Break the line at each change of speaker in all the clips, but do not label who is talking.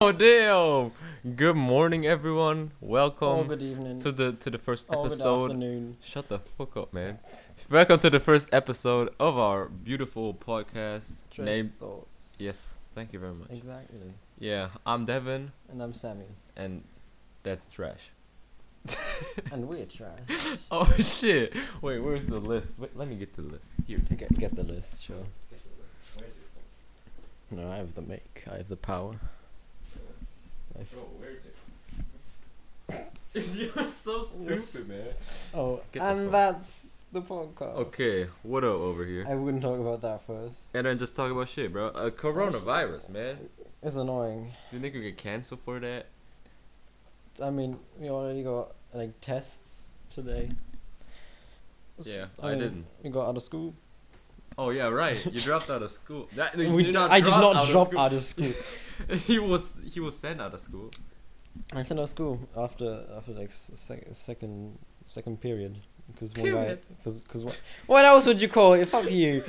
Oh damn! Good morning, everyone.
Oh,
Welcome
good evening.
to the to the first
Oh, good
episode.
afternoon.
Shut the fuck up, man. Welcome to the first episode of our beautiful podcast.
Trash
Name
thoughts.
yes, thank you very much.
Exactly.
Yeah, I'm Devin,
And I'm Sammy.
and that's trash.
and we're trash.
Oh shit! Wait, where's the list? Wait, let me get the list. Here, take
Get, get the list, sure. No, I have the make. I have the power. I've-
Bro, where's it? You're so
Yes.
man.
Oh,
Get the
and
fuck-
that's the podcast.
Okay, what up over here?
I wouldn't talk about that first.
And then just talk about shit, bro. Uh, coronavirus, man.
It's annoying.
Do you think we get canceled for that?
I mean, we already got like tests today. S-
Yeah, I
mean,
didn't.
We got out of school.
Oh yeah, right. You dropped out of school. That, you
We
did
d-
not
I did
drop
not
out of
drop
school.
out of school.
he was he was sent out of school.
I sent out of school after after like s- sec- second second period because one guy
Period.
because because what what else would you call it? Fuck you.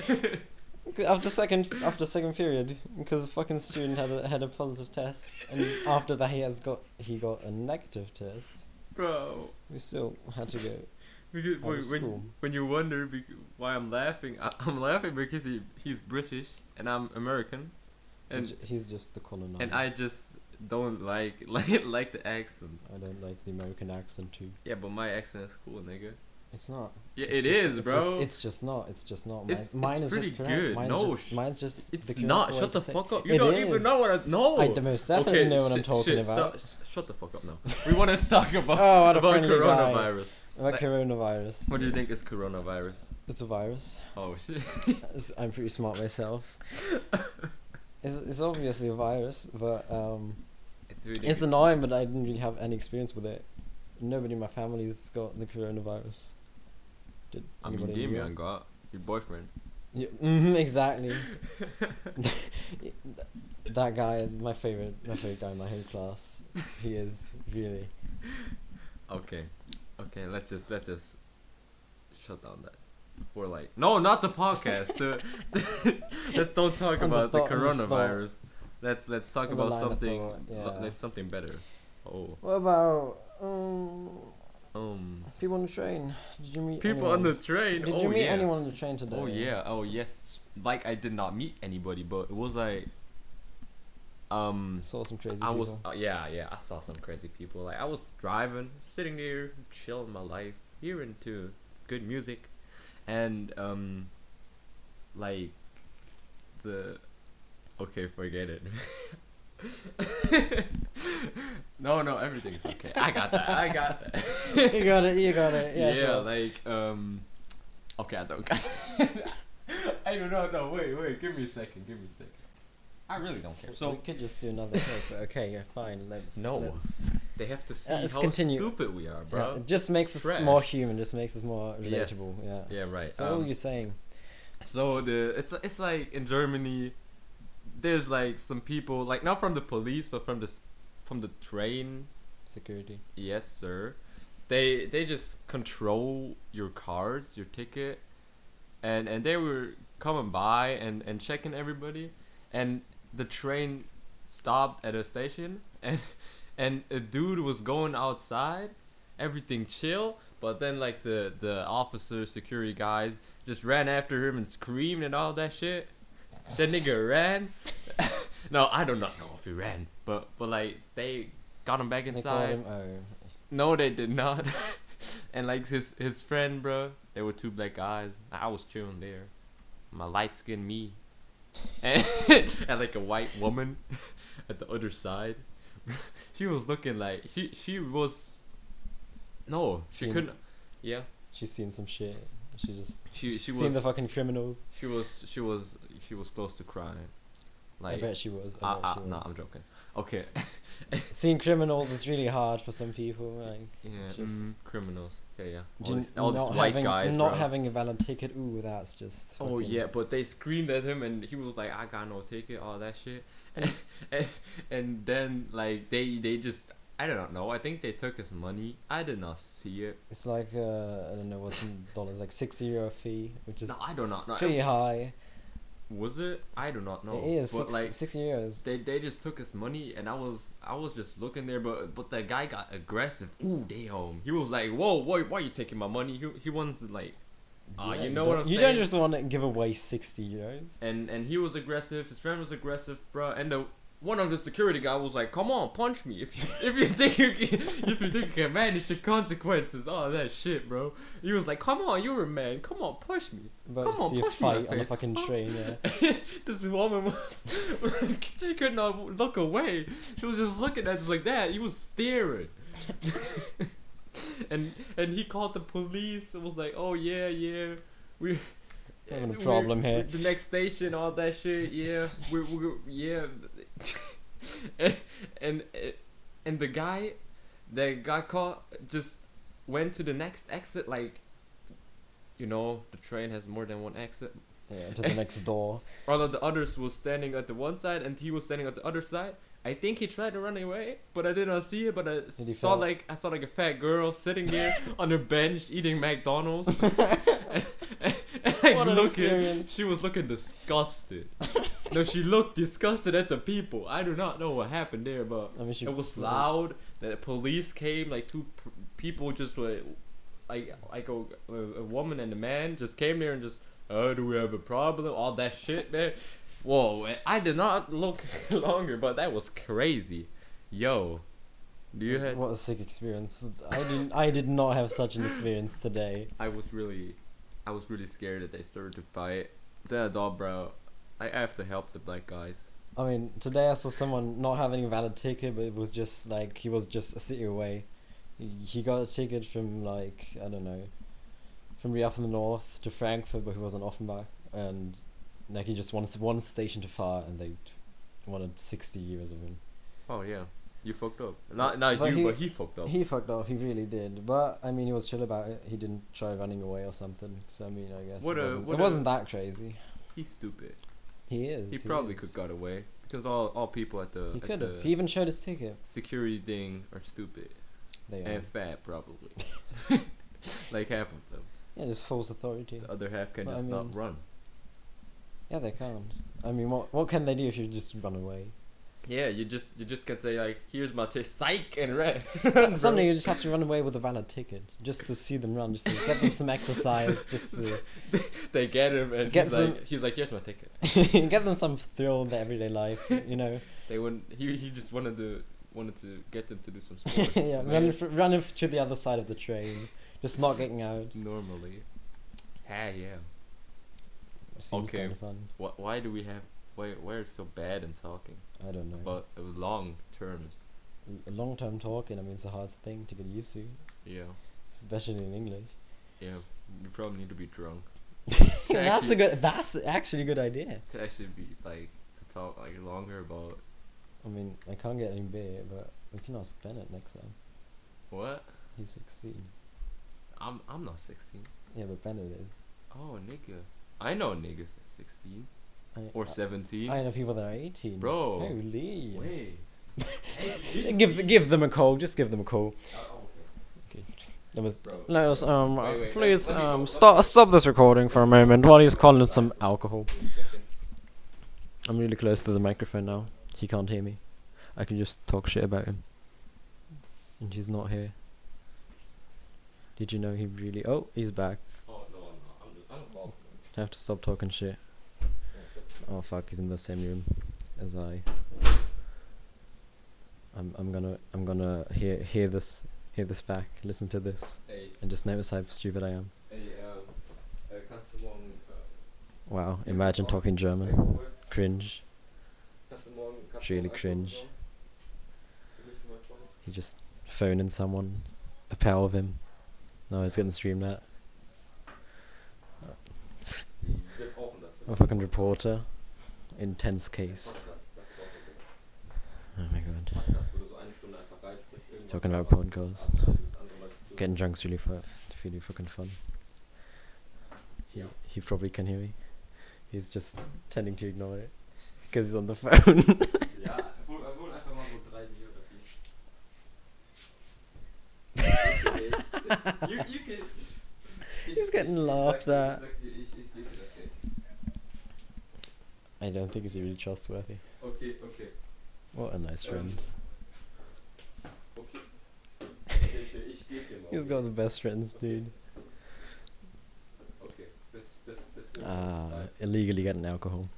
after second after second period because a fucking student had a had a positive test and after that he has got he got a negative test.
Bro,
We still had to go.
because
Out
when,
of school.
when when you wonder bec- why I'm laughing, I, I'm laughing because he he's British and I'm American,
He's
and
ju- he's just the colonizer.
and I just don't like like like the accent.
I don't like the American accent too.
Yeah, but my accent is cool, nigga.
It's not.
Yeah,
It's
it
just-
is,
it's
bro.
Just, it's just not. It's just not. Mine,
It's-
mine
it's
is
pretty
just correct.
good.
Mine's
No,
just,
sh-
mine's just.
It's
the
not.
correct
Shut
way
the
to say-
fuck up. You
It
don't even
is.
know what I know.
I d- most definitely know what I'm talking about.
Stop, shut the fuck up now. We want to talk about
Oh, what a
about
friendly guy.
coronavirus.
About
Like-
coronavirus.
What do you think is coronavirus?
It's a virus.
Oh shit.
It's- I'm pretty smart myself. it's, it's obviously a virus, but um,
Do you think
it's annoying. But I didn't really have any experience with it. Nobody in my family's got the coronavirus. Did
I mean,
anybody in your-
Damian got your boyfriend.
Yeah, mhm, exactly. Th- that guy is my favorite. My favorite guy in my whole class. He is really.
Okay, okay. Let's just let's just shut down that. For like, no, not the podcast. the, let's don't talk
On the
about the,
thought- on the thought.
coronavirus. Let's let's talk
On the
about
line of
something.
thought,
lo-
yeah.
Let's something better. Oh,
What about um,
um.
people on the train? Did you meet
People
anyone?
on the train.
Did
oh
you meet
yeah.
anyone on the train today?
Oh yeah. Oh yes. Like I did not meet anybody, but it was like, um,
Saw some crazy.
I
people.
was uh, yeah yeah. I saw some crazy people. Like I was driving, sitting there, chilling my life, hearing to good music, and um, like the okay, forget it. no, no, everything's okay. I got that. I got that.
you got it. You got it.
Yeah,
Yeah. sure.
like um Okay, I don't got I don't know, no, wait, wait, give me a second, give me a second. I really don't care.
So we
So
could just do another take, but okay, yeah, fine. Let's
No.
Let's,
they have to see
let's
how
continue.
stupid we are,
yeah,
bro.
it just makes us
Trash.
more human. Just makes us more
Yes.
relatable. Yeah.
Yeah, right.
So what were
um,
you saying?
so the it's it's like in Germany there's like some people like not from the police but from the s- from the train
Security.
Yes, sir. They they just control your cards, your ticket, and and they were coming by and and checking everybody, and the train stopped at a station, and and a dude was going outside, everything chill, but then like the the officer security guys just ran after him and screamed and all that shit. That nigga ran. no, I do not know if he ran, but but like they got him back
They called
inside.
him. Oh,
No, they did not. and like his his friend, bro, they were two black guys. I was chilling there, my light skinned me, and, and like a white woman at the other side. she was looking like she she was. No, she
Seen-
couldn't. Yeah,
she's seen some shit. She just.
she she
she's
was
seen the fucking criminals.
she was she was she was close to crying. Like,
I bet she was. I
ah,
bet
ah,
she was.
nah, I'm joking. Okay,
Seeing criminals is really hard for some people. Like,
yeah,
It's just-
mm, criminals. Yeah, yeah.
do
All these,
you-
all these
not
white
having,
guys,
Not
bro.
having a valid ticket. Ooh, that's just.
Oh
fucking-
yeah, but they screamed at him and he was like, "I got no ticket," all that shit, and and, and then like they they just I don't know. I think they took his money. I did not see it.
It's like uh, I don't know what's in dollars, like six euro fee, which is
No, I do not know.
pretty high.
was it? I do not know.
it is
but
six,
like
six euros.
they they just took his money and I was I was just looking there, but but that guy got aggressive. Ooh, damn! He was like, "Whoa, why why you taking my money?" He he wants like, uh,
Yeah,
you know
but
what I'm
You
saying?
don't just want to give away sixty euros.
and and he was aggressive. His friend was aggressive, bro. And the one of the security guy was like, "Come on, punch me if you if you think you can, if you think you can manage the consequences, all that shit, bro." He was like, "Come on, you're a man. Come on, push me."
About
Come
to
on,
see a
push me in the
fight on a
face.
fucking train. Yeah.
this woman was she could not look away. She was just looking at us like that. He was staring. and and he called the police. It was like, oh yeah, yeah, we.
Having a
we're-
problem here."
The next station, all that shit. Yeah, we're, we're yeah, and, and and the guy that got caught just went to the next exit. Like, you know, the train has more than one exit.
yeah, to the next door.
Although the others was standing at the one side and he was standing at the other side. I think he tried to run away, but I did not see it. But I
he
saw
fell.
like I saw like a fat girl sitting there on a bench eating McDonald's. and, and, and I
What an
look at-
experience.
she was looking disgusted. no, she looked disgusted at the people. I do not know what happened there, but
I mean, she,
it was loud. The police came. Like two p- people just were, like like a, a a woman and a man just came there and just oh do we have a problem? All that shit, man. Whoa, I did not look longer, but that was crazy. Yo, do you have?
What a sick experience! I didn't. I did not have such an experience today.
I was really, I was really scared that they started to fight. They're dog, bro. I I have to help the black guys.
I mean, today I saw someone not having a valid ticket, but it was just like he was just a city away. He- He got a ticket from like I don't know, from Rio from the north to Frankfurt, but he was on Offenbach, and like he just wants one station too far, and they t- wanted sixty euros of him.
Oh yeah, you fucked up. Not not
But
you,
he-
but he fucked up.
He fucked off. He really did. But I mean, he was chill about it. He didn't try running away or something. So I mean, I guess
What
it,
a-
wasn't,
what
it
a-
wasn't that crazy.
He's stupid.
He is.
He probably
is.
could got away because all, all people at the,
He
at
could
the
have. He even showed his ticket.
security thing are stupid
They are.
and fat probably. like half of them.
Yeah, just false authority.
The other half can
But I
just
mean-
not run.
Yeah, they can't. I mean, what what can they do if you just run away?
Yeah, you just you just can say like, here's my t- psych and red.
Suddenly you just have to run away with a valid ticket, just to see them run, just to get them some exercise, just to
they get him and
Get
he's
them-
like he's like, here's my ticket.
get them some thrill in their everyday life. You know,
They wouldn't. He he just wanted to wanted to get them to do some sports.
yeah,
man.
running f- running f- to the other side of the train, just not getting out.
normally. Ah yeah.
Seems
Okay.
kind of fun.
Why, why do we have? Why we're so bad in talking?
I don't know.
But long terms.
Long term talking, I mean, it's a hard thing to get used to,
Yeah.
especially in English.
Yeah, you probably need to be drunk
that's
actually-
a good. That's actually a good idea.
to actually be like to talk like longer about
I mean, I can't get any beer, but we can all spend it next time.
what?
He's sixteen.
I'm I'm not sixteen.
Yeah, but Bennett is.
Oh nigga, I know niggas at sixteen
I,
or
I-
seventeen.
I, know people that are 18.
Bro.
Holy.
Wait.
Give give them a call. Just give them a call. Let us,
Oh, Bro.
let us um
Wait, wait,
please
let- let me go.
um
Let-
stop stop this recording for a moment while he's calling some alcohol. I'm really close to the microphone now. He can't hear me. I can just talk shit about him. And he's not here. Did you know he really? Oh, he's back.
Oh no, I'm not. I'm just, I'm involved.
I have to stop talking shit. Oh fuck, he's in the same room as I. I'm I'm gonna I'm gonna hear hear this hear this back, listen to this,
Hey,
and just notice how stupid I am.
hey, um, uh, kannst du morgen, äh,
Wow, imagine talking German.
Alkohol-
Cringe.
kannst du morgen- kannst du
Really
morgen Alkohol
cringe.
besorgen? Will ich mal schauen?
He just phoning someone, a pal of him. No, he's getting streamed at.
Ich- wir brauchen das.
A fucking reporter. Intense case.
Podcast, das brauchen wir.
Oh my god.
Podcast, wo du so eine Stunde einfach reinsprichst, irgendwas
Talking about
anderes,
podcasts.
absolut andere Leute zu-
Getting drunk's really fu- really fucking fun. He,
Yeah.
he probably can hear me. He's just tending to ignore it because he's on the phone.
Ja, hol, äh, hol einfach mal so drei Bier oder vier. you, you can, ich,
He's getting
ich,
laughed
ich sag, dir-
at.
Ich, sag dir, ich, ich gebe dir das Geld.
I don't think he's really trustworthy.
Okay, okay.
What a nice
Um,
friend.
Okay. Okay, okay, ich geb dir mal.
He's got the best friends, dude.
Okay, bis, bis, bis.
Ah, illegally getting alcohol.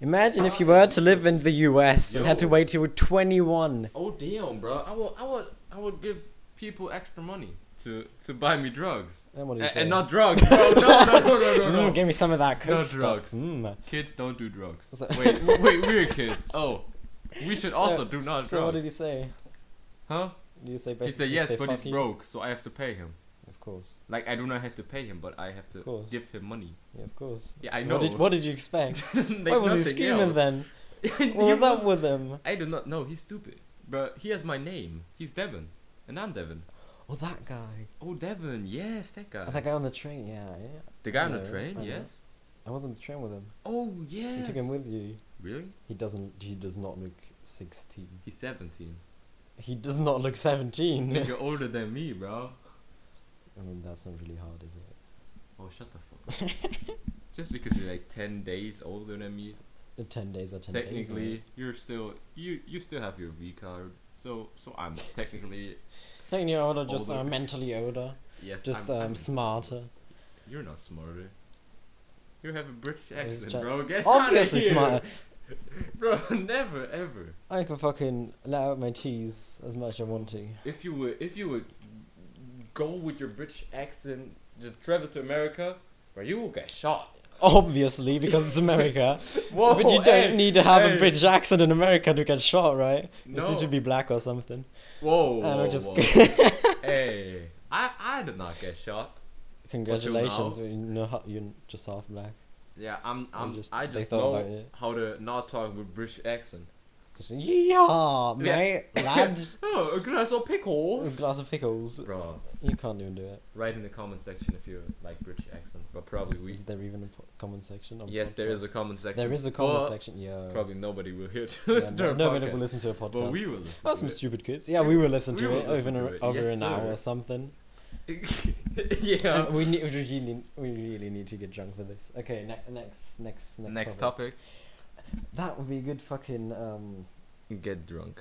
Imagine if you were to live in the US and had to
Yo.
wait till you were 21.
Oh damn, bro! I would, I would, I would give people extra money to to buy me drugs,
And what do
A-
you
and,
say?
not drugs. Bro. No, no, no, no, no,
Mm,
no.
give me some of that coke
No
stuff.
drugs.
Mm.
Kids don't do drugs.
So-
Wait, w- wait, we're kids. Oh, we should
So-
also do not
So what
drugs,
did he say?
huh?
Did you say basically
He said
just
yes,
say
but
fuck
he's
you?
broke, so I have to pay him.
Of course.
Like I do not have to pay him, but I have
Of
to
course.
give him money.
Yeah, of course.
Yeah, I
What did,
know.
what did you expect?
Like,
Why was he
nothing
screaming
else.
then?
He
What was
was-
up with him?
I do not know. He's stupid, but he has my name. He's Devon, and I'm Devon.
Oh, that guy.
Oh, Devon, yes, that guy.
Oh, that guy on the train. Yeah, yeah.
The guy on
I
the
know,
train,
I know.
yes.
I was on the train with him.
Oh yes.
You took him with you.
Really?
He doesn't. He does not look sixteen.
He's seventeen.
He does not look seventeen.
You're older than me, bro.
I mean, that's not really hard, is it?
Oh, shut the fuck up. Just because you're like ten days older than me,
The ten days are ten days.
technically
innit?
you're still you you still have your V card. So so I'm technically
technically older, just
Older.
uh, mentally older,
yes.
just
I'm,
um,
I'm-
smarter.
You're not smarter. You have a British
It's
accent,
ju-
bro. Get
Obviously
outta here.
smarter.
bro. Never ever.
I can fucking let out my cheese as much as I want to.
If you would, if you would go with your British accent, just travel to America, where you will get shot.
Obviously, because it's America.
Whoa,
but you don't
Oh, hey,
need to have
hey.
a British accent in America to get shot, right? You just
No.
need to be black or something.
Whoa,
and
whoa,
we're just
whoa. hey, I, I did not get shot.
congratulations. You know, ho- you're just half black.
Yeah, I'm,
I
I'm,
just-
I
they
just
thought
know
about it.
how to not talk with British accent.
Just, yeah, mate, lad.
Oh, a glass of
A
pickles,
glass of pickles.
bro.
You can't even do it.
Write in the comment section if you like British accent, but probably
Is,
we.
is there even a po- comment section? on
Yes, there is a
podcasts?
comment section.
There is a comment
but
section. Yeah.
Probably nobody will hear to
Yeah,
listen
no,
to our
nobody
podcast,
will listen to a podcast.
but we will listen.
That's
to
some
it.
stupid kids. Yeah, we will listen
We
to
will
it
listen
over
to
an,
it.
over
Yes,
an hour
sir.
or something.
yeah.
And we need we really we really need to get drunk for this. Okay, ne- next next next
Next topic.
That would be a good fucking um
Get drunk.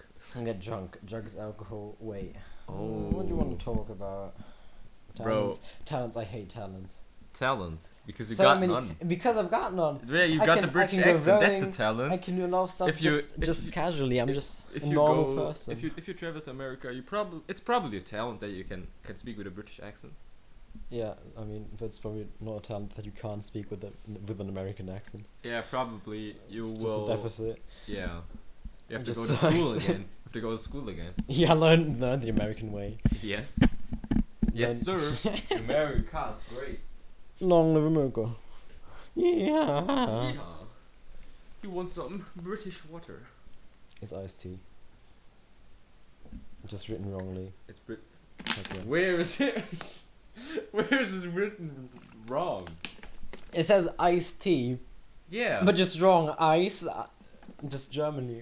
get drunk. Drugs, alcohol, wait.
Oh.
What do you want to talk about?
Bro.
Talents. Talents, I hate talents.
Talent, because you
So
got
many-
none.
Because I've got none.
Yeah, you
I
got
can-
the
I
British
can go
accent. That's a
rowing,
talent.
I can do a lot of stuff
If you-
just,
if
just
you-
casually. I'm
if-
just
if
a
you
normal
go,
person.
if you if you travel to America, you probably it's probably a talent that you can can speak with a British accent.
Yeah, I mean, that's probably not a talent that you can't speak with a, with an American accent.
Yeah, probably you
it's
will.
Just a deficit.
Yeah, you have to go
Just
to
sucks.
school again. You have to go to school again.
Yeah, learn learn the American way.
Yes. Yes,
Learn-
sir. America's great.
Long live America. Yeah.
Yeehaw. You want some British water?
It's iced tea. Just written wrongly.
It's Brit.
Fuck yeah.
Where is it? Where is it written wrong?
It says iced tea,
Yeah.
but just wrong. Ice. uh, Just Germany.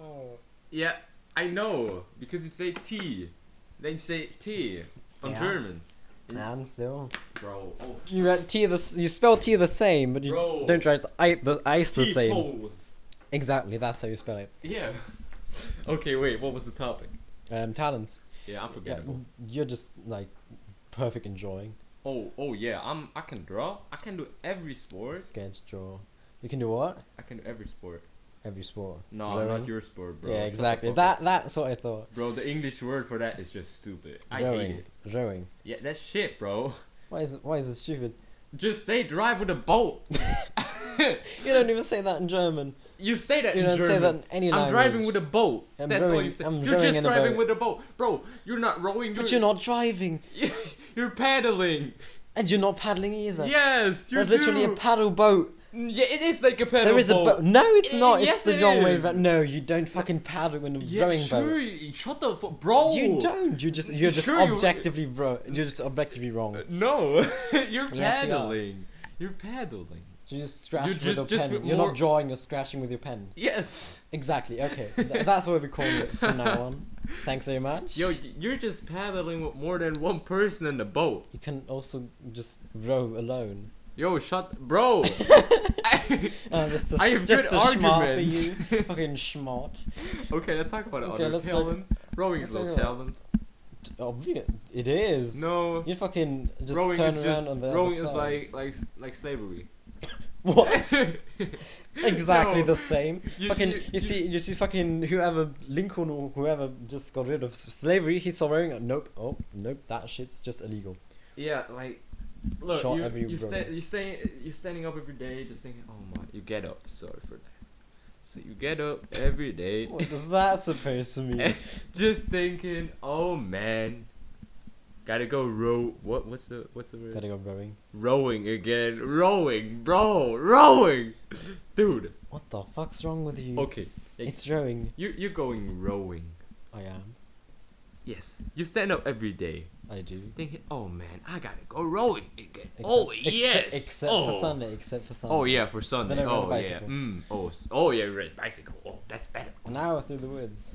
Oh.
Yeah, I know because you say tea, then you say tea on
Yeah.
German,
And so
bro. Oh,
you write tea the s- you spell tea the same, but you
Bro.
don't write I, the ice the
tea
same.
poles.
Exactly, that's how you spell it.
Yeah. okay, wait. What was the topic?
Um, talents.
Yeah, I'm
Yeah,
forgettable.
you're just like perfect in drawing.
Oh, oh yeah. I'm. I can draw. I can do every sport.
Scared to draw. You can do what?
I can do every sport.
Every sport.
No,
Rowing?
not your sport, bro.
yeah,
Shut the
exactly.
fuck up.
That that's what I thought.
Bro, the English word for that is just stupid. I
rowing.
hate it.
Rowing.
Yeah, that's shit, bro.
Why is it why is it stupid?
Just say drive with a boat.
You don't even say that in German.
You say that
You
in
don't
German.
say that in any
I'm
language.
driving with a boat.
I'm
That's all
rowing-
you say.
I'm
you're
rowing
just
in a
driving
boat.
with a boat, bro. You're not rowing. You're,
But you're not driving,
You're paddling.
and you're not paddling either.
Yes, you're
There's literally a paddle boat.
Mm, Yeah, it is like a paddle.
There is a boat. No, it's
Eh,
not.
yes,
it's the
it
wrong way.
is.
But no, you don't fucking paddle in a
Yeah,
rowing
sure.
boat.
You, shut the fuck, bro.
You don't. You just you're just
Sure you-
objectively bro. You're just objectively wrong.
Uh, No, you're
Yes, you are.
paddling. You're paddling.
You just scratch with
just-
your
just
pen.
with
You're
more-
not drawing. You're scratching with your pen.
Yes.
Exactly. Okay. Th- that's what we're calling it from now on. Thanks very much.
Yo, y- you're just paddling with more than one person in the boat.
You can also just row alone.
Yo, shut, bro. I-
Oh, just a,
I have
just
good
a schmart for
arguments.
you. Fucking schmart.
okay, let's talk about
Okay,
other
let's talk-
talent. Rowing is
let's
no
talk about-
talent.
Obvious. It is.
No,
You fucking just
rowing
turn
is
around
just
on the
rowing
other
is
side.
like like like slavery.
what? exactly
No.
the same.
You-
fucking,
you-
you,
you-
see, you see, fucking whoever Lincoln or whoever just got rid of s- slavery. He's still wearing a nope. Oh, nope. That shit's just illegal.
Yeah, like look,
Shot
you,
every
you,
brother.
sta- you stay, you're standing up every day, just thinking, oh my, you get up. Sorry for that. So you get up every day,
What is that supposed to mean?
just thinking, oh man, gotta go row. What what's the what's the word?
Gotta go rowing.
Rowing again, rowing, bro, rowing, dude.
What the fuck's wrong with you?
Okay, like,
It's rowing.
you you're going rowing.
I am.
Yes, you stand up every day,
I do.
thinking, oh man, I gotta go rowing again.
Except-
oh
except-
yes,
Except
oh.
for Sunday. Except for Sunday.
Oh yeah, for Sunday.
Then I rode a
oh yeah.
bicycle.
Mm. Oh, s- oh yeah, right. Bicycle. Oh, that's better.
An hour through the woods.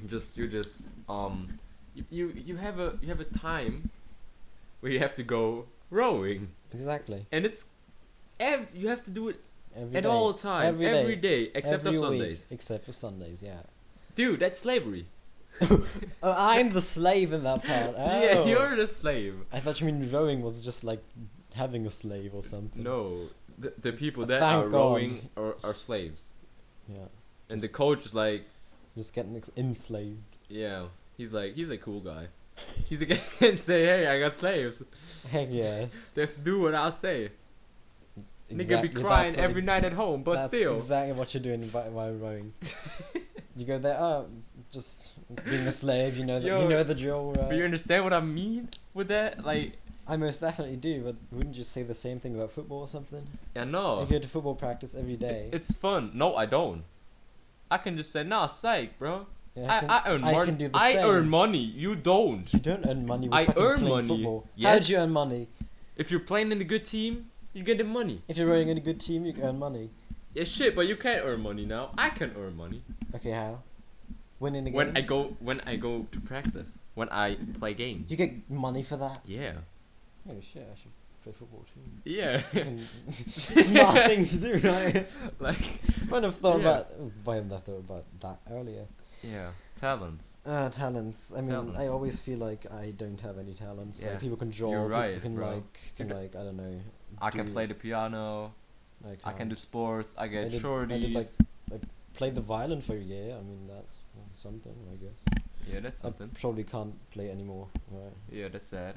You just you just um, you, you you have a you have a time where you have to go rowing,
Exactly.
and it's ev- you have to do it
Every
at
day.
all time,
Every
every
day.
day, except
Every
of
week,
Sundays.
Except for Sundays, yeah.
Dude, that's slavery.
Oh, I'm the slave in that part. Oh.
Yeah, you're the slave.
I thought you mean rowing was just like having a slave or something.
No, the, the people that
Thank
are
God.
rowing are, are slaves,
Yeah.
and the
Just-
coach is like,
Just getting ex- enslaved.
yeah, he's like he's a cool guy. He's again and say, hey, I got slaves.
Heck yes.
They have to do what I say.
Exactly,
Nigga be
that's
crying
what
every
ex-
night at home, but
that's
still.
exactly what you're doing by, while rowing. you go there, oh, just being a slave. You know that. You
Yo,
know the drill.
but you
Right?
understand what I mean with that? Like,
I most definitely do. But wouldn't you say the same thing about football or something?
I know.
You go to football practice every
Oh. It-
day.
it's fun. No, I don't. I can just say, nah, psych, bro.
Yeah,
I, I, earn money.
I can do the
I
same.
earn money. You don't.
You don't earn money. With
I
fucking
earn
playing
money,
Football. How
yes.
do you earn money?
If you're playing in a good team, you get the money.
If you're rowing in a good team, you earn money.
Yeah, shit, but you can't earn money now. I can earn money
Okay, how? Winning a game.
when I go when I go to practice when I play games.
You get money for that?
Yeah,
Oh shit, I should play football too.
yeah.
Fucking Smart thing to do, right?
like
Wouldn't have thought
Yeah.
about why have I thought about that earlier.
yeah, talents.
Uh, talents. I mean, I
Talents.
always feel like I don't have any talents.
Yeah.
Like people can draw,
You're
people
right,
can
bro.
like, can
d-
like, I don't know.
I can
do-
play the piano.
I,
I can
can't.
do sports. I get
I did- I
shorties.
did, like- play the violin for a year. I mean, that's something, I guess.
yeah, that's something.
I probably can't play anymore. Right?
yeah, that's sad.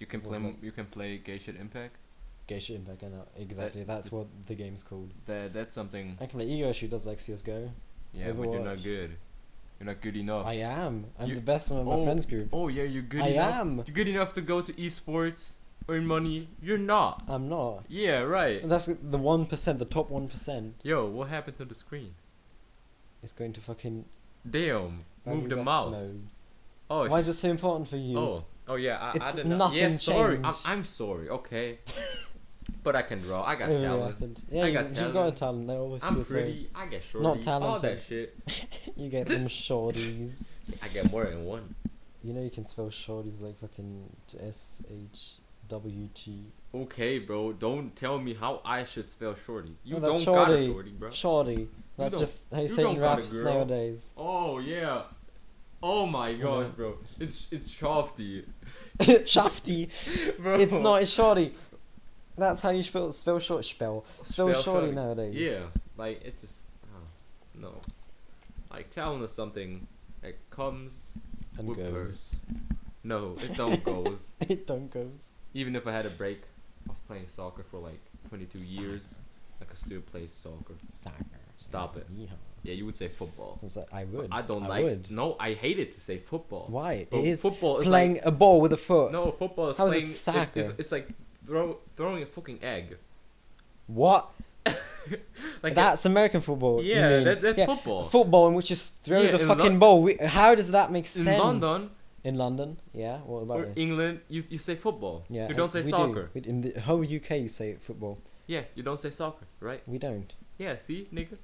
You can play. m
What's
You can play Geisha Impact.
Geisha Impact, I know
Uh,
exactly. that's what the game's called.
That that's something.
I can play Ego. She does like CS:GO.
Yeah, but you're
Overwatch.
not good. You're not good enough.
I am. I'm
Oh. You-
the best one in my
Oh,
friends group.
oh yeah, you're good
I
enough.
am.
You're good enough to go to esports, earn money. You're not.
I'm not.
Yeah, right.
And that's the one percent, the top one percent,
Yo, what happened to the screen?
is going to fucking
Damn, move the
Rust
mouse.
mode.
Oh,
Why
sh-
is it so important for you?
oh, oh yeah. I,
It's
I didn't. know.
nothing
Yeah, sorry. I'm,
changed.
I'm sorry. Okay, but I can draw. I got talent.
Overreacted. Yeah,
I
you,
got
you've got a
talent.
talent. I always
I'm
feel
pretty. I get shorties. All that
talented.
shit.
so. You get them shorties.
I get more than one.
You know you can spell shorties like fucking S H W T.
Okay, bro. Don't tell me how I should spell shorty. You
Oh,
don't
that's
got a
shorty.
shorty, bro.
Shorty. That's
don't-
just how you
you
say it
don't
in
got a
raps
girl.
nowadays.
Oh yeah. Oh my
know.
gosh, bro. It's it's shafty.
Shafty.
Bro.
It's not. It's shorty. That's how you spell spell short spell spell, shorty nowadays.
Yeah, like it's just oh, no. Like talent is something that comes
And
with
goes.
birth. No, it don't goes.
It don't goes.
Even if I had a break of playing soccer for like 22 years, I could still play soccer.
Soccer.
Stop it.
Yeehaw.
Yeah, you would say football.
I was like, I would.
I don't like.
Would.
No, I hate it to say football.
Why? It
Bro,
is
football is
playing a ball with a
Like,
foot.
no, football is
How is it
playing. it- it's-
soccer?
it's, like throw, throwing a fucking egg.
What?
Like
that's American football. you
yeah,
mean.
that, that's
Yeah,
football.
Football in which you s- throw
Yeah,
the
in Lon-
fucking ball. We, how does that make
In
sense?
London
In London, yeah. What about
or
it?
England, you, you say football.
Yeah,
you
and
don't say
we do.
soccer.
We- In the whole UK, you say football.
Yeah, you don't say soccer, right?
We don't.
Yeah, see, nigga.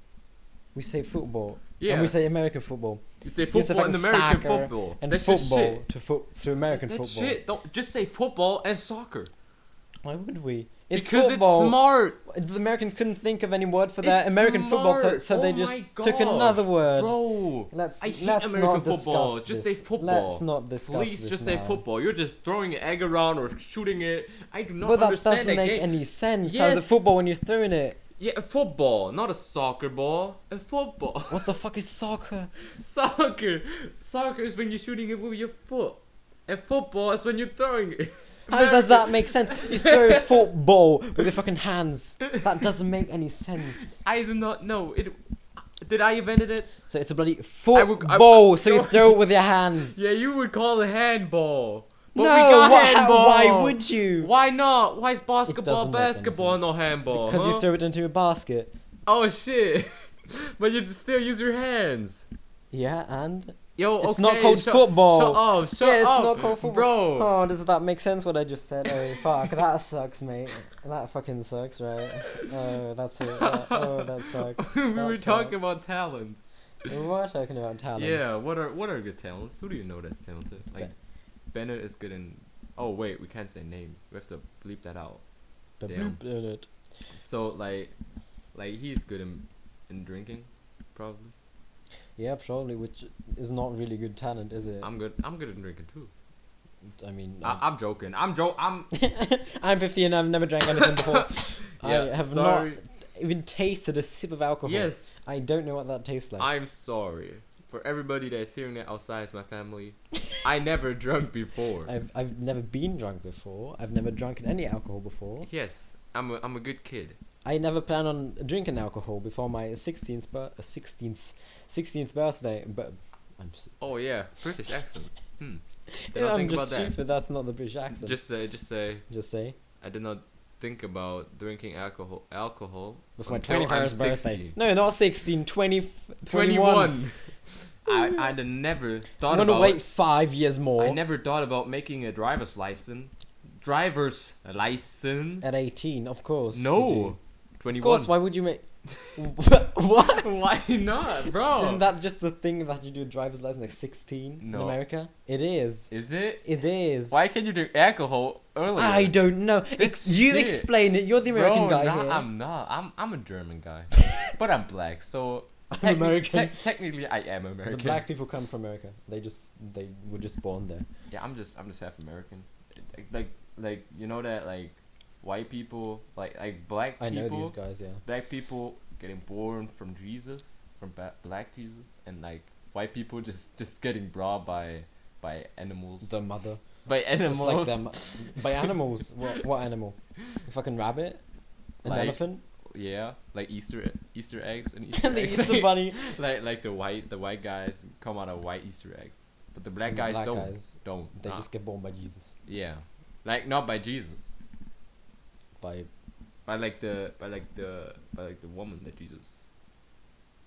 We say football.
Yeah,
And we say American football.
you say
you say
football and
fucking
American
soccer
football.
And
that's just
football
shit.
to foot to American
that's
football.
shit. Don't just say football and soccer.
Why would we? It's
because
football.
it's smart,
The Americans couldn't think of any word for that.
It's
American football,
smart.
so they
Oh
just
my
took
God.
another word.
bro.
Let's
I hate
let's
American
not
football.
discuss
Just
this.
say football.
Let's not discuss
Please
this
just
now.
say football. You're just throwing an egg around or shooting it. I do not
But that
understand
doesn't
that
make
game.
any sense. How's it
Yes.
football when you're throwing it?
yeah, a football, not a soccer ball. A football.
What the fuck is soccer?
Soccer. Soccer is when you're shooting it with your foot. And football is when you're throwing it.
How does that make sense? You throw a football with your fucking hands. That doesn't make any sense.
I do not know. It did I invented it?
So it's a bloody
I would- I-
football. so you
no.
throw it with your hands.
Yeah, you would call it handball. But
no,
we got
wha-
handball.
why would you?
Why not? Why is basketball
doesn't make any
basketball and no handball?
Because
huh?
you throw it into a basket.
Oh shit! but you still use your hands.
Yeah, and
Yo,
It's
okay,
not called
shut-
football.
Shut up! Shut
yeah, it's
up,
not called football.
oh, bro.
Oh, does that make sense? What I just said? Oh fuck, that sucks, mate. That fucking sucks, right? Oh, that's it. That- oh, that sucks.
we
That
were talking about
sucks.
talents.
We were talking about talents.
Yeah, what are what are good talents? Who do you know that's talented? Like Bennett is good in. Oh wait, we can't say names. We have to bleep that out.
The
Damn.
bloop in it.
So like, like he's good in in drinking, probably.
Yeah, probably, which is not really good talent, is it?
I'm good. I'm good in drinking too.
I mean,
I, I'm joking. I'm jo. I'm
I'm 50 and I've never drank anything before.
yeah.
I have
sorry.
not even tasted a sip of alcohol.
Yes,
I don't know what that tastes like.
I'm sorry for everybody that's hearing that outside. Is my family. I never drunk before.
I've, I've never been drunk before. I've never drunk any alcohol before.
Yes, I'm a, I'm a good kid.
I never plan on drinking alcohol before my 16th, bir- uh, 16th, 16th birthday. But I'm, s-
Oh yeah, British accent. Hmm. Did
Yeah,
not
I'm
think
just
about
stupid. That's not the British
that.
accent.
Just
Just,
say, just say.
say
I did not think about drinking alcohol. Alcohol
before my
until Oh, I'm
21st birthday.
16.
No, not 16. 20, f- 21.
21. I I did never
I'm
thought
gonna
about.
wait five years more.
I never thought about making a driver's license. Driver's license.
At 18, of course. you
No,
do.
twenty
Of
one.
course. Why would you make? what?
Why not, bro?
Isn't that just the thing that you do a driver's license at 16 in
No.
America? It is.
Is it?
It is.
Why can you drink alcohol earlier?
I don't know.
This
Ex- you
shit.
explain it. You're the American
Bro,
guy
nah,
here.
I'm not. I'm I'm a German guy, but I'm black, so
I'm
techni-
American.
tec- technically, I am American.
The black people come from America. They just they were just born there.
Yeah, I'm just I'm just half American. Like- Like like you know that like white people like like black
I know
people
these guys. Yeah.
black people getting born from Jesus from ba- black Jesus and like white people just just getting brought by by animals
The mother.
by animals
Just like them. By animals. what, what animal? A fucking rabbit. An
Like-
elephant.
yeah like Easter Easter eggs and Easter
the
eggs.
Easter bunny.
like like the white the white guys come out of white Easter eggs, but the black
The
guys
black
don't
guys,
don't.
They
Ah,
just get born by Jesus.
yeah, like not by Jesus,
By
by like the by like the by like the woman that Jesus.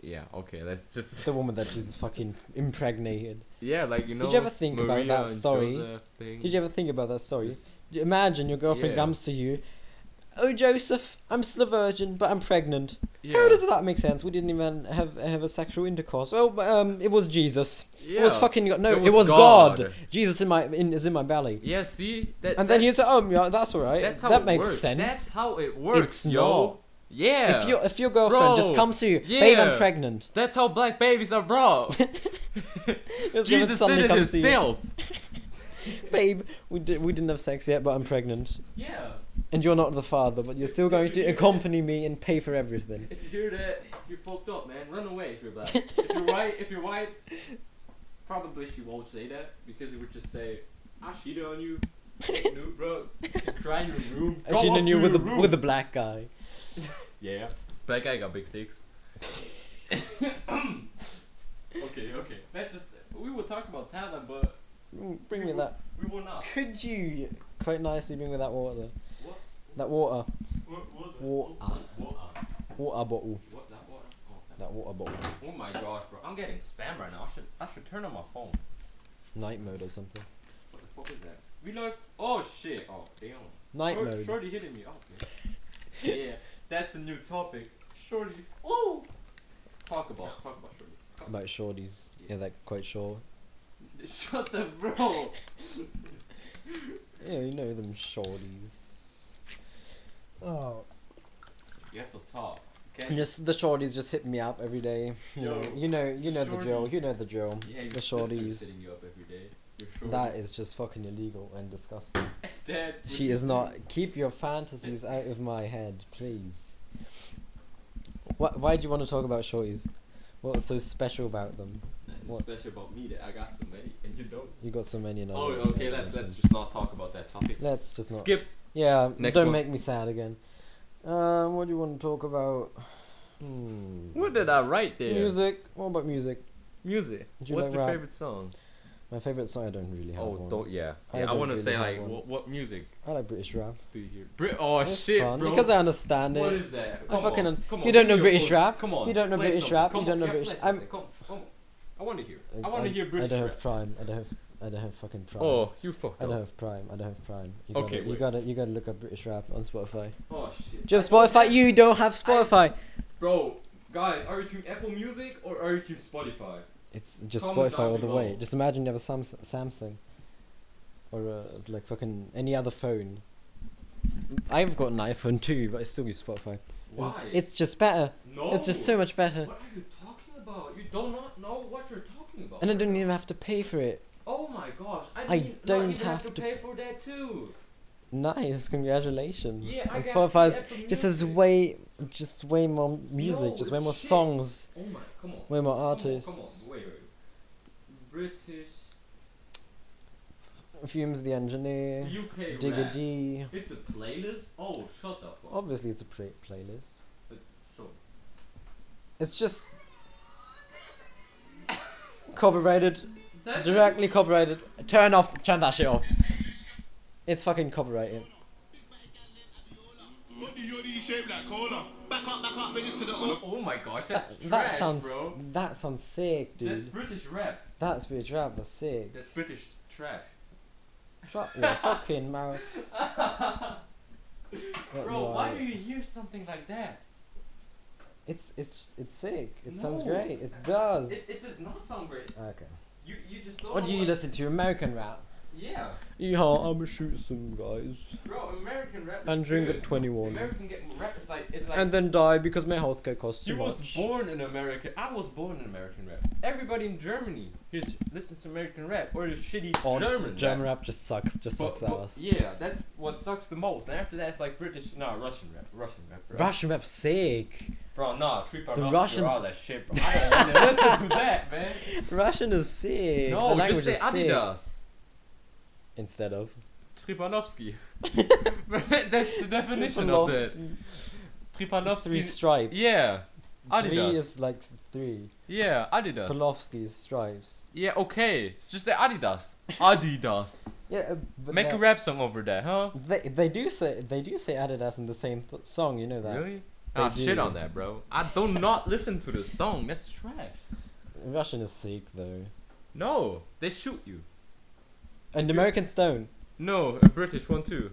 Yeah. Okay. Let's just.
the woman that Jesus fucking impregnated.
yeah, like you know.
Did you ever think about
Maria
that
and
story?
Joseph thing.
Did you ever think about that story?
This-
Imagine your girlfriend
Yeah.
comes to you. Oh Joseph, I'm still a virgin, but I'm pregnant.
yeah.
How does that make sense? We didn't even have have a sexual intercourse. Well, but, um, it was Jesus. It was
Yeah.
fucking God. no,
It
it
was
was, God.
God.
Jesus in my in, is in my belly.
Yeah. See that.
And
that,
then he said, "Oh, yeah, that's all right.
That's how
that
it
makes
works.
sense."
That's how it works,
It's
yo.
not.
Yeah.
If your if your girlfriend just
Bro,
comes to you, babe, I'm
yeah.
pregnant.
that's how black babies are brought.
Your girlfriend
Jesus
suddenly
did it
comes to you,
himself.
babe, we did we didn't have sex yet, but I'm pregnant,
Yeah.
and you're not the father, but you're still going to accompany me and pay for everything.
If you hear that, you're fucked up, man. Run away if you're black. if you're white, if you're white, probably she won't say that because it would just say, "I cheated on you, no, bro. Cry in your room. Go
As you
up
knew
to
you with
your
a
room."
with a black guy.
yeah, black guy got big sticks. okay, okay. That's just we will talk about talent, but
Mm, Bring me that.
we will not.
Could you quite nicely bring me that water?
What?
That water,
What? What?
What
What? What?
water bottle,
what that water? Oh, that-
that water bottle,
Oh my gosh, bro! I'm getting spam right now. I should I should turn on my phone.
night mode or something.
What the fuck is that? We love. Oh shit! Oh damn.
Night
Short-
mode.
Shorty hitting me. Oh yeah. yeah, that's a new topic. Shorties. Oh. Talk about talk about shorty. Talk-
About shorties. Yeah, they're quite short.
Shut the bro.
Yeah, you know them shorties.
Oh,
You have to talk. Okay.
And just the shorties just hit me up every day. You know,
Yo,
you know, you know the drill.
shorties.
You know the drill.
Yeah, your
the
sister's
shorties.
hitting you up every day. Your
That
shorties.
is just fucking illegal and disgusting.
That's what
She
you
is
do.
not. Keep your fantasies out of my head, please. What? Why do you want to talk about shorties? What's so special about them?
That's
What?
what's special about me that I got so many and you don't.
You got so many now.
oh,
that
okay.
make
Let's
no
let's
sense.
just not talk about that topic.
let's just not.
Skip.
Yeah,
Next
don't
one.
make me sad again. Um, what do you want to talk about? Hmm.
What did I write there?
Music. What about music?
Music.
Do you
What's
like
your
rap?
favorite song?
My favorite song. I don't really have
Oh,
one.
don't, yeah.
I
yeah I
don't
want to
really
say
have
like,
one.
what, what music
I like British rap.
do you hear? Brit- oh
It's
shit,
fun,
bro.
Because I understand it.
What is that? Come
fucking
on.
un-
Come
you
on,
don't know
give me a
British
full-
rap?
Come on.
You don't know
play
British
something.
rap?
Come
You
on,
don't know
yeah,
British-
play
I'm-
something. Come, come. I want to hear.
I-
I want to
I'm-
hear
I
British
don't
rap.
have Prime. I don't have. I don't have fucking Prime.
Oh, you fucked
I don't
up.
have Prime. I don't have Prime. You
Okay,
gotta, you
wait.
gotta you gotta look up British rap on Spotify.
Oh shit.
Do you have
I don't
Spotify? You don't have Spotify.
Bro, guys, are you team Apple Music or are you team Spotify?
It's just
Comment
Spotify
down
all the way.
below.
Just imagine you have a Sams- Samsung, or a, like fucking any other phone. I've got an iPhone too, but I still use Spotify.
Why? Oh.
It's, it's just better.
no.
It's just so much better,
What are you talking about? You do not know what you're talking about.
and I don't even have to pay for it.
Oh my gosh! I,
I
didn't,
don't
not even have,
have
to
to-
pay for that too.
Nice, congratulations.
Yeah, I
and
got
Spotify's
Apple
just has
Music.
way, just way more music,
No,
just way more
shit.
songs,
Oh my! Come on.
way more
Come on,
artists.
come on. Wait, wait. British,
Fumes the engineer.
UK
Digga
rap.
D.
It's a playlist. Oh, shut the fuck.
Obviously, it's a play- playlist.
Sure.
It's just copyrighted,
That
directly copyrighted. Turn off, turn that shit off. It's fucking copyrighted.
What do you do shape like? Hold on. Back up, back up, bring it to the
Oh,
up.
oh my gosh, that's
That,
trash,
that sounds
bro.
that sounds sick, dude.
That's
That's,
British rap.
British rap. That's sick.
That's British trash.
Shut your fucking mouth. What
Bro, why
lie.
do you hear something like that?
It's it's it's sick. It sounds
No.
great. It does.
It, it does not sound great.
okay.
You you just don't.
What
know
do you listen to? American rap.
Yeah,
Yeehaw! I'ma shoot some guys
bro, American rap. Is
and drink
good.
at 21,
American get, rap is like it's like.
and then die because my healthcare costs
you
too
was
much.
born in America. I was born in American rap. Everybody in Germany hears listens to American rap or is shitty
on
German.
German
rap.
rap. just sucks. Just
But-
sucks
but-
ass.
Yeah, that's what sucks the most. And after that, it's like British, no Russian rap, Russian rap, bro.
Russian rap sick.
bro, nah, three
The
Russians, all
Russians-
that shit, bro. I don't want to listen to that, man.
Russian is sick.
No,
the language
just say
is sick.
Adidas.
Instead of
Tripanovsky. That's the definition of the
three
Tripanovsky.
stripes.
Yeah,
Three
Adidas.
is like three.
yeah, Adidas.
Polovsky is stripes.
yeah, okay. s- Just say Adidas. Adidas.
Yeah, uh, but
Make a
they're-
rap song over that, huh?
They, they do say they do say Adidas in the same th- song. You know that
Really?
They
Ah, shit
do.
on that, bro. I do not listen to this song. That's trash.
Russian is sick though.
No, they shoot you.
And American Stone.
No, a British one too.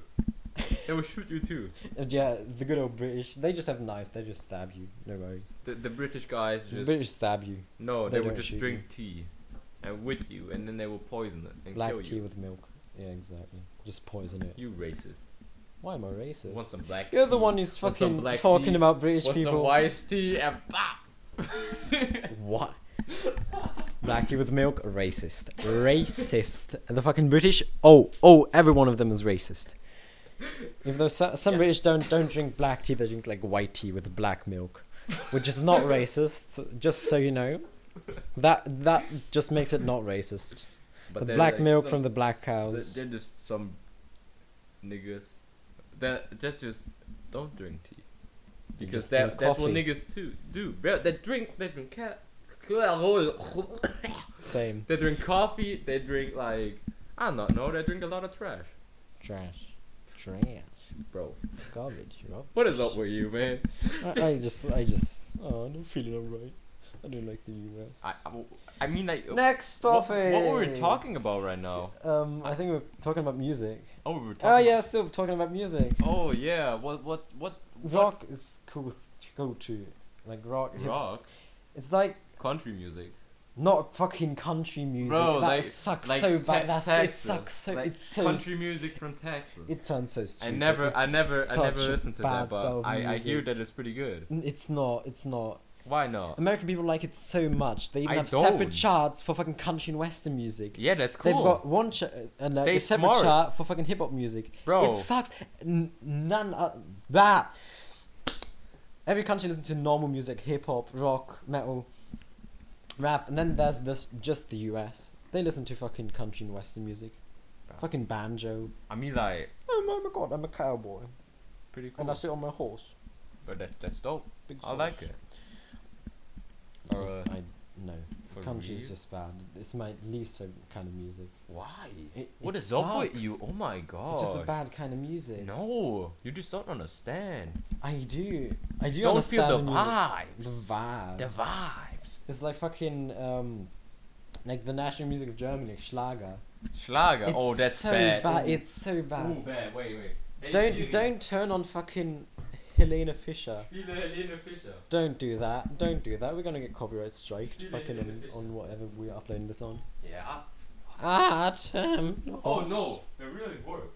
They will shoot you too.
Uh, Yeah, the good old British. They just have knives. They just stab you. No worries.
The, the British guys
The
just
British stab you.
no, they,
they
will
don't shoot
just
you.
drink tea, and with you, and then they will poison it and
Black
kill
tea
you.
with milk. Yeah, exactly. Just poison it.
You racist.
Why am I racist?
Want some black?
You're
tea?
the one who's
Want some
fucking
black
talking
tea?
about British
Want some
people.
wise tea and bah!
What? Black tea with milk, racist, racist. And the fucking British, oh, oh, every one of them is racist. Even though so, some
Yeah.
British don't don't drink black tea, they drink like white tea with black milk, which is not racist. so- Just so you know, that that just makes it not racist. the
there's,
black
like,
milk
some-
from the black
th-
cows.
They're just some niggas that that just don't drink tea
They
because
just
that,
drink
that's what
coffee.
niggas too do. Bro, they drink they drink cat.
Same
They drink coffee. They drink like I don't know. They drink a lot of trash,
trash, trash,
bro.
garbage, you know.
What is up with you, man?
I, I just, I just, oh, I'm feeling alright. I don't like the US.
I I, I mean like what,
Next
what
topic.
were we talking about right now?
Um, I think we're talking about music.
Oh, we were talking.
Oh yeah, still talking about music.
Oh yeah. What what what? what-
Rock is cool th- to go to, like rock. hip-
Rock.
It's like
Country music.
Not fucking country music.
Bro,
that
like-
sucks
like
so
Te-
bad. That's
Texas,
it sucks so.
like
it's so.
country music from Texas.
It sounds so stupid.
I never, I
It's
never, I never
such
listened to
bad
that, but
style of
I, I hear
music.
that it's pretty good.
N- It's not. It's not.
Why not?
American people like it so much. They even
I
have
don't.
separate charts for fucking country and western music.
Yeah, that's
They've
cool.
got one cha- uh, like,
They
a separate
smart. Oh.
chart for fucking hip hop music.
Bro.
it sucks. N- none o- that. Every country listens to normal music: hip hop, rock, metal, rap, and then there's this just the U.S. They listen to fucking country and western music,
Bro.
fucking banjo.
I mean, like,
Oh my god, I'm a cowboy,
pretty cool.
and I sit on my horse.
but that, that's dope.
Big
I like it.
I,
Or, uh,
I no,
for
country's
me-
just bad. It's my least favorite kind of music.
Why?
It-
what
it
is up with
sucks.
you? Oh my god.
It's just a bad kind of music.
No, you just don't understand.
I do. I do
not
understand
feel the
music. The
vibes.
vibes.
The vibes.
It's like fucking um, like the national music of Germany, Schlager.
Schlager.
It's
oh, that's
so
bad. Ooh.
It's so
Ooh,
bad.
bad. Wait, wait. Hey,
Don't
Siri,
don't turn on fucking Helena Fisher.
Spiele Helene Fischer.
Don't do that. Don't do that. We're gonna get copyright striked
Spiele
fucking
Helene
on,
Fischer.
on whatever we're uploading this on.
Yeah.
Ah, damn.
Oh no, it really worked.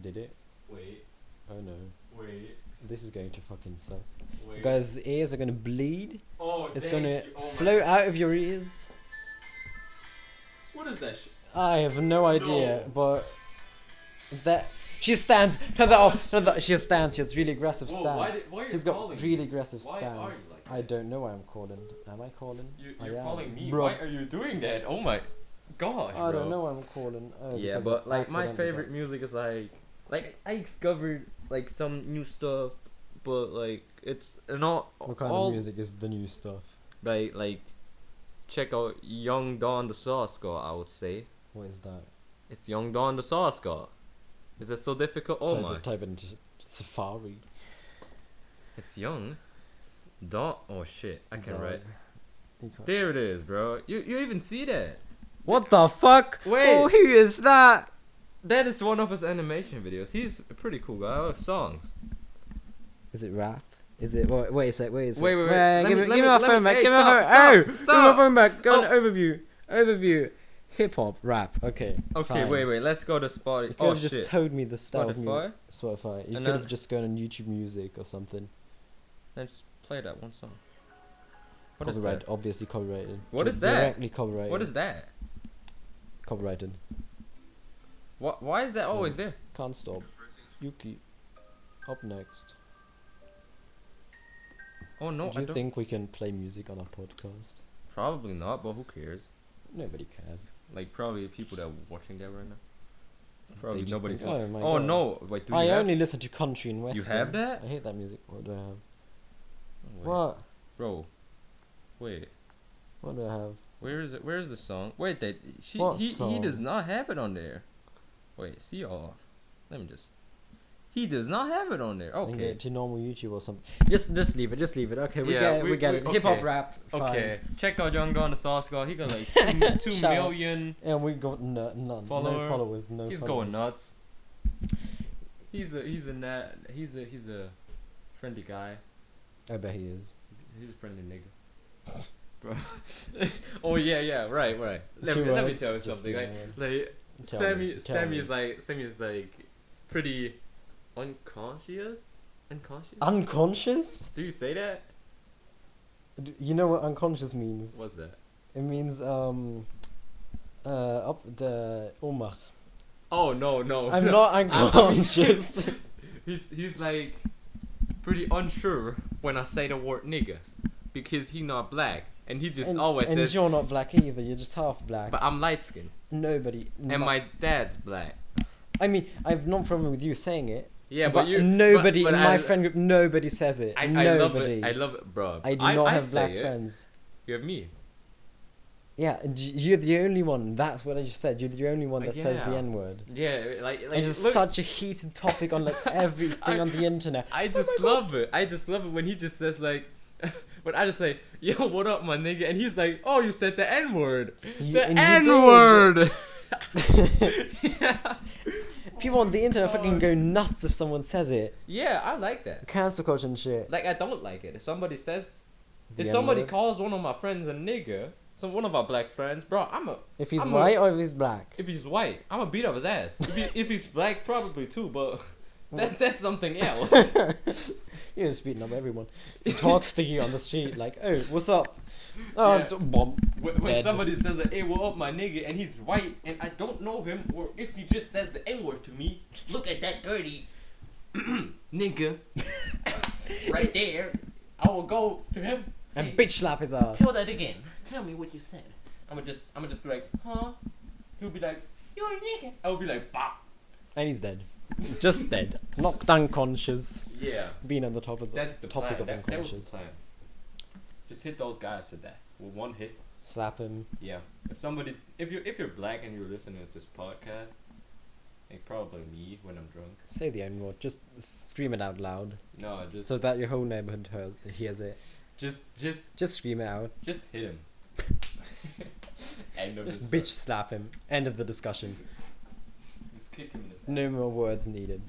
Did it?
Wait,
Oh no.
wait,
This is going to fucking suck.
wait.
Guys' ears are gonna bleed.
oh,
It's
thank
gonna
you. Oh my-
flow out of your ears.
What is that? Sh-
I have no idea,
No.
but that she stands. Turn that off. Turn that. She stands. She has really aggressive
Whoa,
stance.
why, did, why are you
She's got
calling?
really aggressive
Why are
stance.
you like
I
that?
don't know why I'm calling. Am I calling?
you,
I
you're
am.
calling me.
Bro,
Why are you doing that? Oh my gosh,
I
bro.
don't know why I'm calling. Oh,
yeah,
because
but like my
accidentally
favorite music is like like I discovered like some new stuff, but like it's not
got- What kind
all
of music is the new stuff?
like like check out Young Don the Sauce God. I would say
What is that?
it's Young Don the Sauce God. Is it so difficult? Oh
type,
my,
type into Safari.
it's Young Don. Oh shit, I can
Sorry.
write.
You can't-
There it is, bro. You you even see that?
What the fuck?
Wait.
Oh, who is that?
That is one of his animation videos. He's a pretty cool guy. I love songs.
Is it rap? Is it wait, wait a sec, wait a sec.
Wait, wait, wait.
Wait,
Let
give
me- let
me, give
me-
me my
let
phone
me-
back.
hey,
give me
stop,
my phone.
stop,
oh, give
stop. Oh.
me my phone back. Go on,
Stop.
overview, overview, hip hop, rap. Okay.
Okay,
fine.
wait, wait. Let's go to Spotify.
You could
Oh
have just
shit.
told me the style of music.
Spotify.
Spotify. You
And
could
then-
have just gone on YouTube Music or something.
Let's play that one song. What is
copyright,
that?
obviously copyrighted.
What
Ju-
is that?
Directly copyrighted.
What is that?
copyrighted?
Why, why is that
Hmm.
always there?
Can't stop. Yuki, up next.
Oh no,
Do
I
you
don't.
think we can play music on our podcast?
Probably not, but who cares?
Nobody cares.
Like probably people that are watching that right now.
They
Probably
just
nobody's.
think,
wa-
oh my
oh
God."
no! Wait, do you
I
have?
only listen to country and western.
have that?
I hate that music. What do I have?
Oh, wait.
What?
Bro, wait.
What do I have?
Where is it? Where is the song? Wait, that she
What
he, he does
song?
not have it on there. Wait, see all. Let me just. He does not have it on there.
I can get
Okay.
it to normal YouTube or something. Just, just leave it. Just leave it. Okay, we
Yeah,
get it.
we-
We, get
we-
it. Hip hop
okay.
rap. Fine.
Okay. Check out Young Don the Sauce God. He got like two, two
Shout out.
million.
And we got no, none.
Follower.
No followers. No.
He's going
followers.
nuts. He's a he's a nat, he's a he's a friendly guy.
I bet he is.
He's, he's a friendly nigga. Bro. oh yeah, yeah, right, right. Let
Two
me let me
words,
tell you
just
something.
the
Like,
name.
like
Tell
Sammy
me, tell
Sammy
me.
is like Sammy is like pretty unconscious. Unconscious?
unconscious.
Do you say that?
D- You know what unconscious means?
What's that?
It means um, uh, up the Ohnmacht.
Oh no no.
I'm
no.
not unconscious.
He's he's like pretty unsure when I say the word nigga because he not black and he just
and,
always
and
says
you're not black either. You're just half black.
but I'm light skinned
Nobody.
and
no-
my dad's black.
I mean, I have no problem with you saying it.
Yeah, but, you
nobody
but- but
in
I,
my friend group. Nobody says it.
I, I love
nobody.
it. I love it, bro.
I do not
I
have
say
black
it.
friends.
You have me.
Yeah, and y- you're the only one. That's what I just said. You're the only one
Uh,
that says the
yeah.
N word.
Yeah, like like
it's just
look,
such a heated topic on like everything on the internet.
I just love it. I just love it when he just says like. When I just say, yo, what up, my nigga? And he's like, oh, you said the N word.
You-
The
and you
N
did.
word! yeah.
People on the internet
Oh.
fucking go nuts if someone says it.
yeah, I like that.
Cancel culture and shit.
Like I don't like it. If somebody says,
The
if somebody
N-word.
calls one of my friends a nigger, some one of our black friends, bro. I'm a
If he's
I'm a-
white or if he's black.
if he's white, I'm gonna beat up his ass. If, he, if he's black, probably too, but that that's something else.
You're just beating up everyone. He talks to you on the street like, "Oh, what's up?" Oh,
Yeah.
d- bomb.
When, when
Dead.
somebody says that, "Hey, what up, my nigga?" and he's white, and I don't know him, or if he just says the N word to me, look at that dirty nigga right there. I will go to him say,
and bitch slap his ass.
"Tell that again. Tell me what you said." I'm gonna just, I'm gonna just be like, "Huh?" He'll be like, "You're a nigga." I will be like, "Bop."
And he's dead. Just dead. Knocked unconscious.
Yeah,
Being on the top of the,
that's the
topic
plan.
of
That, that was the
unconscious.
plan. Just hit those guys with that. With one hit.
Slap him.
Yeah. If somebody, if you if you're black and you're listening to this podcast, like probably me when I'm drunk.
Say the N word. Just scream it out loud
No, just
so that your whole neighborhood hears, hears it.
just just
Just scream it out.
just hit him. End of
Just bitch
this
slap him. End of the discussion.
Just kick him in his ass.
No more words needed.